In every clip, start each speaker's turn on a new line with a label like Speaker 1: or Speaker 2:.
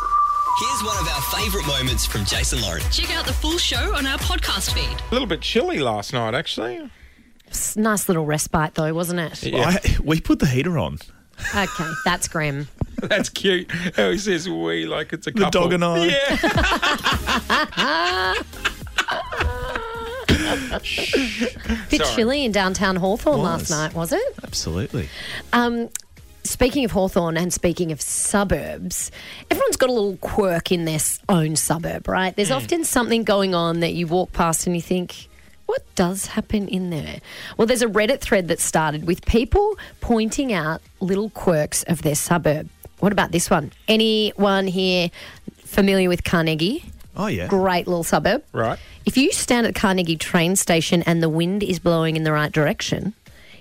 Speaker 1: Here's one of our favourite moments from Jason Lauren.
Speaker 2: Check out the full show on our podcast feed.
Speaker 3: A little bit chilly last night, actually.
Speaker 4: It's a nice little respite, though, wasn't it?
Speaker 3: Yeah.
Speaker 5: I, we put the heater on.
Speaker 4: Okay, that's grim.
Speaker 3: That's cute. How he says we like it's a
Speaker 5: The
Speaker 3: couple.
Speaker 5: dog and I.
Speaker 3: Yeah.
Speaker 4: bit
Speaker 3: Sorry.
Speaker 4: chilly in downtown Hawthorn last
Speaker 5: Was.
Speaker 4: night, was it?
Speaker 5: Absolutely.
Speaker 4: Um, speaking of Hawthorn and speaking of suburbs, everyone's got a little quirk in their s- own suburb, right?
Speaker 5: Hmm.
Speaker 4: There's often something going on that you walk past and you think, what does happen in there? Well, there's a Reddit thread that started with people pointing out little quirks of their suburb. What about this one? Anyone here familiar with Carnegie?
Speaker 5: Oh, yeah.
Speaker 4: Great little suburb.
Speaker 3: Right.
Speaker 4: If you stand at Carnegie train station and the wind is blowing in the right direction,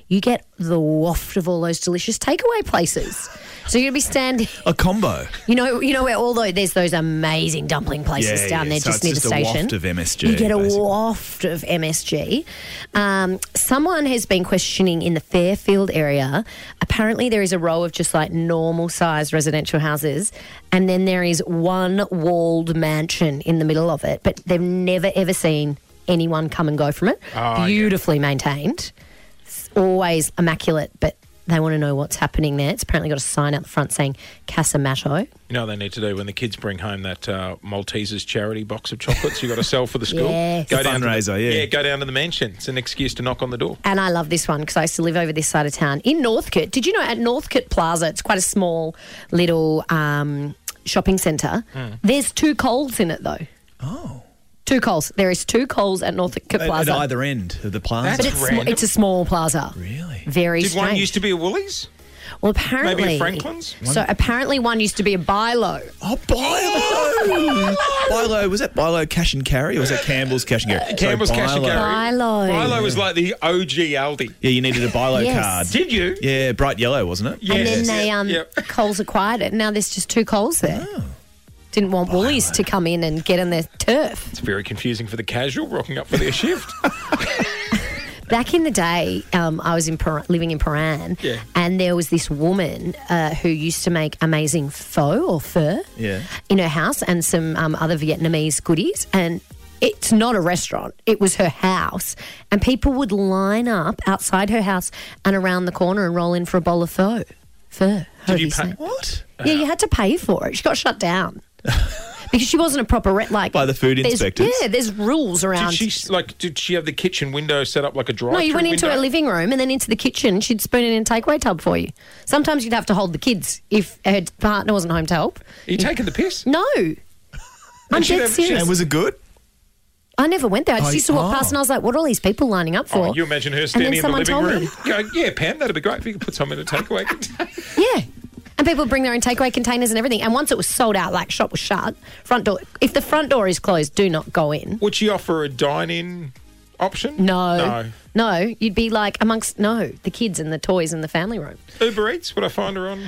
Speaker 4: you get the waft of all those delicious takeaway places. So you're gonna be standing,
Speaker 5: A combo.
Speaker 4: you know, you know where all those there's those amazing dumpling places
Speaker 5: Yeah,
Speaker 4: down
Speaker 5: yeah.
Speaker 4: there
Speaker 5: So
Speaker 4: just
Speaker 5: it's
Speaker 4: near
Speaker 5: just
Speaker 4: the
Speaker 5: a waft
Speaker 4: station.
Speaker 5: of MSG,
Speaker 4: You get a
Speaker 5: basically.
Speaker 4: waft of MSG. Um, someone has been questioning in the Fairfield area. Apparently, there is a row of just like normal sized residential houses, and then there is one walled mansion in the middle of it. But they've never ever seen anyone come and go from it.
Speaker 5: Ah,
Speaker 3: yeah.
Speaker 4: Beautifully maintained, it's always immaculate, but. They want to know what's happening there. It's apparently got a sign out the front saying Casa Mato.
Speaker 3: You know what they need to do when the kids bring home that uh, Maltesers charity box of chocolates you got to sell for the school?
Speaker 4: Yes.
Speaker 3: Go
Speaker 5: The
Speaker 3: down to the-
Speaker 5: fundraiser, yeah.
Speaker 3: Yeah, go down to the mansion. It's an excuse to knock on the door.
Speaker 4: And I love this one because I used to live over this side of town in Northcote. Did you know at Northcote Plaza, it's quite a small little um, shopping centre.
Speaker 3: Hmm.
Speaker 4: There's two Coles in it though.
Speaker 5: Oh.
Speaker 4: Two Coles. There is two Coles at Northcote
Speaker 5: At, at
Speaker 4: Plaza.
Speaker 5: either end of the plaza.
Speaker 4: but
Speaker 3: That's
Speaker 4: it's sm-
Speaker 3: random.
Speaker 4: it's a small plaza.
Speaker 5: Really?
Speaker 4: Very
Speaker 3: Did
Speaker 4: strange.
Speaker 3: one used to be a Woolies?
Speaker 4: well, apparently
Speaker 3: Maybe a Franklin's?
Speaker 4: So apparently one used to be a Bilo.
Speaker 5: Oh, Bilo! Bilo, was that Bilo Cash and Carry or was that Campbell's Cash and Carry?
Speaker 3: Uh, Campbell's Cash and
Speaker 5: Bilo.
Speaker 3: Carry.
Speaker 4: Bilo.
Speaker 3: Milo was like the OG Aldi.
Speaker 5: Yeah, you needed a Bilo
Speaker 4: Yes.
Speaker 5: card.
Speaker 3: Did you?
Speaker 5: Yeah, bright yellow, wasn't it?
Speaker 3: Yeah.
Speaker 4: And then
Speaker 3: Yes.
Speaker 4: they
Speaker 3: Yep,
Speaker 4: um
Speaker 3: yep. Oh.
Speaker 4: Coles acquired it. Now there's just two Coles there. Didn't want Woolies to come in and get on their turf.
Speaker 3: It's very confusing for the casual rocking up for their shift.
Speaker 4: Back in the day, um, I was in Par- living in Paran,
Speaker 3: Yeah.
Speaker 4: and there was this woman uh, who used to make amazing pho or pho
Speaker 5: Yeah.
Speaker 4: in her house and some um, other Vietnamese goodies. And it's not a restaurant, it was her house. And people would line up outside her house and around the corner and roll in for a bowl of pho. Pho. however
Speaker 3: you
Speaker 4: say
Speaker 3: pay-
Speaker 4: it.
Speaker 5: What?
Speaker 4: Yeah, you had to pay for it. She got shut down. Because she wasn't a proper re- like
Speaker 5: By the food
Speaker 4: there's-
Speaker 5: inspectors.
Speaker 4: Yeah, there's rules around.
Speaker 3: Did she like? Did she have the kitchen window set up like a drive?
Speaker 4: No, you went into her living room and then into the kitchen. She'd spoon it in a takeaway tub for you. Sometimes you'd have to hold the kids if her partner wasn't home to help.
Speaker 3: Are you taking the piss?
Speaker 4: No. I'm
Speaker 3: she'd
Speaker 4: dead
Speaker 3: have- she'd
Speaker 4: serious.
Speaker 5: And was it good?
Speaker 4: I never went there. I just
Speaker 5: Oh,
Speaker 4: used to walk
Speaker 5: oh.
Speaker 4: past and I was like, what are all these people lining up for?
Speaker 3: Oh, you imagine her
Speaker 4: and
Speaker 3: standing
Speaker 4: then
Speaker 3: in the
Speaker 4: someone
Speaker 3: living
Speaker 4: told
Speaker 3: room.
Speaker 4: Me,
Speaker 3: Go, yeah, Pam, that'd be great if you could put some in a takeaway.
Speaker 4: yeah. And people bring their own takeaway containers and everything. And once it was sold out, like shop was shut, front door. If the front door is closed, do not go in.
Speaker 3: Would she offer a dine-in option?
Speaker 4: No.
Speaker 3: No.
Speaker 4: No, you'd be like amongst no, the kids and the toys and the family room.
Speaker 3: Uber Eats? Would I find her on?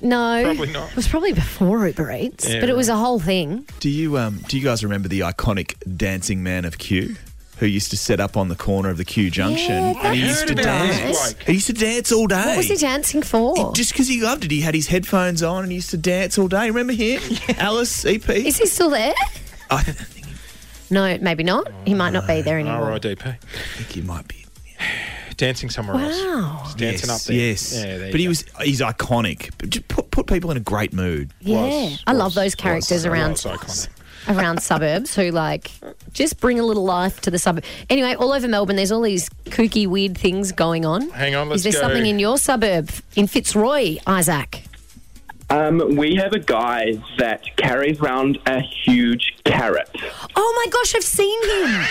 Speaker 4: No.
Speaker 3: Probably not.
Speaker 4: It was probably before Uber Eats,
Speaker 3: Yeah,
Speaker 4: but it was
Speaker 3: right.
Speaker 4: a whole thing.
Speaker 5: Do you um do you guys remember the iconic dancing man of Q who used to set up on the corner of the Q junction
Speaker 4: Yeah,
Speaker 5: and he
Speaker 4: that's
Speaker 5: used to
Speaker 3: Heard about this
Speaker 5: dance?
Speaker 3: bloke.
Speaker 5: He used to dance all day.
Speaker 4: What was he dancing for?
Speaker 5: Just because he loved it, he had his headphones on and he used to dance all day. Remember him, Alice EP?
Speaker 4: Is he still there?
Speaker 5: I think, I
Speaker 4: No, maybe not. He might not be there anymore.
Speaker 3: RIDP.
Speaker 5: think he might be.
Speaker 3: Dancing somewhere
Speaker 4: Wow.
Speaker 3: else. Just dancing
Speaker 5: yes,
Speaker 3: up there.
Speaker 5: Yes,
Speaker 3: Yeah, there you
Speaker 5: but he
Speaker 3: go.
Speaker 5: was—he's iconic. But just put put people in a great mood.
Speaker 4: Yeah,
Speaker 3: Was-
Speaker 4: I love
Speaker 3: was-
Speaker 4: those characters
Speaker 3: was-
Speaker 4: around
Speaker 3: was iconic.
Speaker 4: around suburbs who like just bring a little life to the suburb. Anyway, all over Melbourne, there's all these kooky, weird things going on.
Speaker 3: Hang on, let's
Speaker 4: Is there
Speaker 3: go.
Speaker 4: something in your suburb in Fitzroy, Isaac?
Speaker 6: Um, we have a guy that carries around a huge carrot.
Speaker 4: Oh my gosh, I've seen him.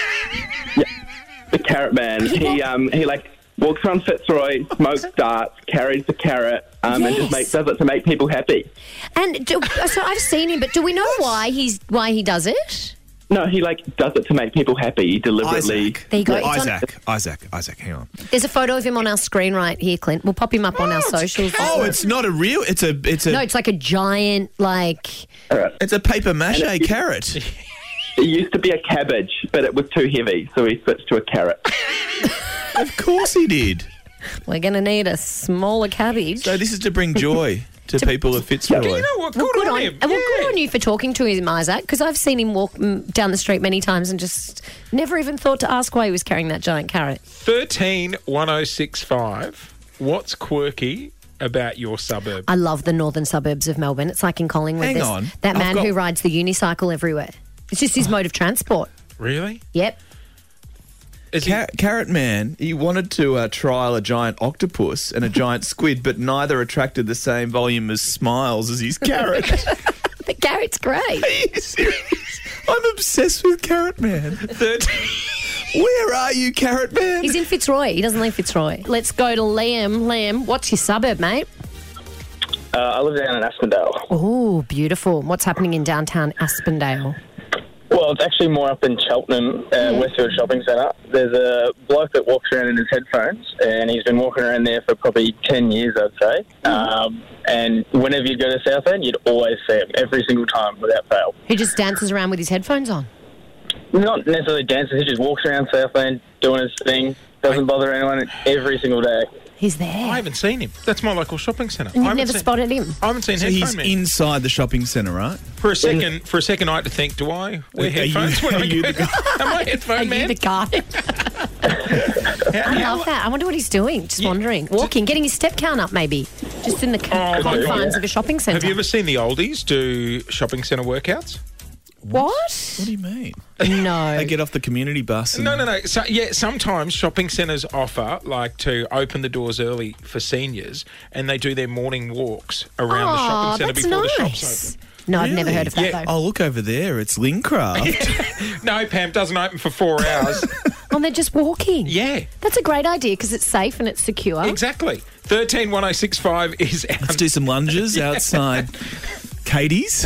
Speaker 6: The carrot man. He um he like walks around Fitzroy, smokes darts, carries the carrot, um, and
Speaker 4: Yes.
Speaker 6: just make, does it to make people happy.
Speaker 4: And do, uh, so I've seen him, but do we know why he's why he does it?
Speaker 6: No, he like does it to make people happy. He deliberately.
Speaker 5: Isaac,
Speaker 4: There you go.
Speaker 5: Well,
Speaker 4: It's on-
Speaker 5: Isaac, Isaac, Isaac. Hang on.
Speaker 4: There's a photo of him on our screen right here, Clint. We'll pop him up on our socials.
Speaker 5: Oh, it's not a real. It's a. It's a.
Speaker 4: no, it's like a giant like.
Speaker 5: it's a paper mache carrot.
Speaker 6: It used to be a cabbage, but it was too heavy, so he switched to a carrot.
Speaker 5: of course he did.
Speaker 4: We're gonna need a smaller cabbage.
Speaker 5: So this is to bring joy. to, people of Fitzroy.
Speaker 3: Do you know what? Good,
Speaker 4: Well, good on,
Speaker 3: him.
Speaker 4: Well,
Speaker 3: Yeah.
Speaker 4: good on you for talking to him, Isaac, because I've seen him walk mm, down the street many times and just never even thought to ask why he was carrying that giant carrot.
Speaker 3: 13 1065. What's quirky about your suburb?
Speaker 4: I love the northern suburbs of Melbourne. It's like in Collingwood.
Speaker 5: Hang
Speaker 4: there's
Speaker 5: on.
Speaker 4: That
Speaker 5: I've
Speaker 4: man
Speaker 5: got-
Speaker 4: who rides the unicycle everywhere. It's just his mode of transport.
Speaker 3: really?
Speaker 4: Yep.
Speaker 3: Is he-
Speaker 5: Car- Carrot Man, he wanted to uh, trial a giant octopus and a giant squid, but neither attracted the same volume of smiles as his carrot.
Speaker 4: The carrot's great.
Speaker 5: Are you serious? I'm obsessed with Carrot Man.
Speaker 3: 13.
Speaker 5: Where are you, Carrot Man?
Speaker 4: He's in Fitzroy. He doesn't leave Fitzroy. Let's go to Liam. Liam, what's your suburb, mate?
Speaker 7: Uh, I live down in Aspendale.
Speaker 4: Oh, beautiful. What's happening in downtown Aspendale?
Speaker 7: Well, it's actually more up in Cheltenham, uh, Westfield Shopping Centre. There's a bloke that walks around in his headphones, and he's been walking around there for probably 10 years, I'd say. Um, and whenever you'd go to Southend, you'd always see him, every single time, without fail.
Speaker 4: Who just dances around with his headphones on.
Speaker 7: Not necessarily dances, he just walks around Southend, doing his thing, doesn't bother anyone every single day.
Speaker 4: He's there.
Speaker 3: I haven't seen him. That's my local shopping centre. I
Speaker 4: You've
Speaker 3: haven't
Speaker 4: never
Speaker 3: seen-
Speaker 4: spotted him.
Speaker 3: I haven't seen
Speaker 5: So
Speaker 3: headphone
Speaker 5: he's
Speaker 3: man.
Speaker 5: inside the shopping centre, right?
Speaker 3: For a second, for a second, I had to think: Do I wear
Speaker 5: Are you-
Speaker 3: headphones when
Speaker 5: are
Speaker 3: I
Speaker 5: you
Speaker 3: go?
Speaker 5: the guy?
Speaker 3: Am I a
Speaker 4: Are
Speaker 3: headphone
Speaker 4: you
Speaker 3: man?
Speaker 4: the guy? I love that. I wonder what he's doing. Just
Speaker 3: Yeah.
Speaker 4: wandering, walking, getting his step count up, maybe. Just in the c- confines of a shopping centre.
Speaker 3: Have you ever seen the oldies do shopping centre workouts?
Speaker 4: What?
Speaker 5: What do you mean?
Speaker 4: No.
Speaker 5: They get off the community bus. And
Speaker 3: No, no, no. So, yeah, sometimes shopping centres offer like to open the doors early for seniors, and they do their morning walks around the
Speaker 4: Aw,
Speaker 3: shopping centre
Speaker 4: that's
Speaker 3: before the
Speaker 4: nice.
Speaker 3: shops
Speaker 4: No, I've never
Speaker 5: Really?
Speaker 4: heard of that
Speaker 3: Yeah.
Speaker 4: though.
Speaker 5: Oh, look over there. It's Lincraft.
Speaker 3: open. No, Pam doesn't open for four hours.
Speaker 4: Oh, And they're just walking.
Speaker 3: yeah,
Speaker 4: That's a great idea because it's safe and it's secure.
Speaker 3: exactly. Thirteen one zero six five is
Speaker 5: Let's
Speaker 3: out.
Speaker 5: do some lunges outside Katie's.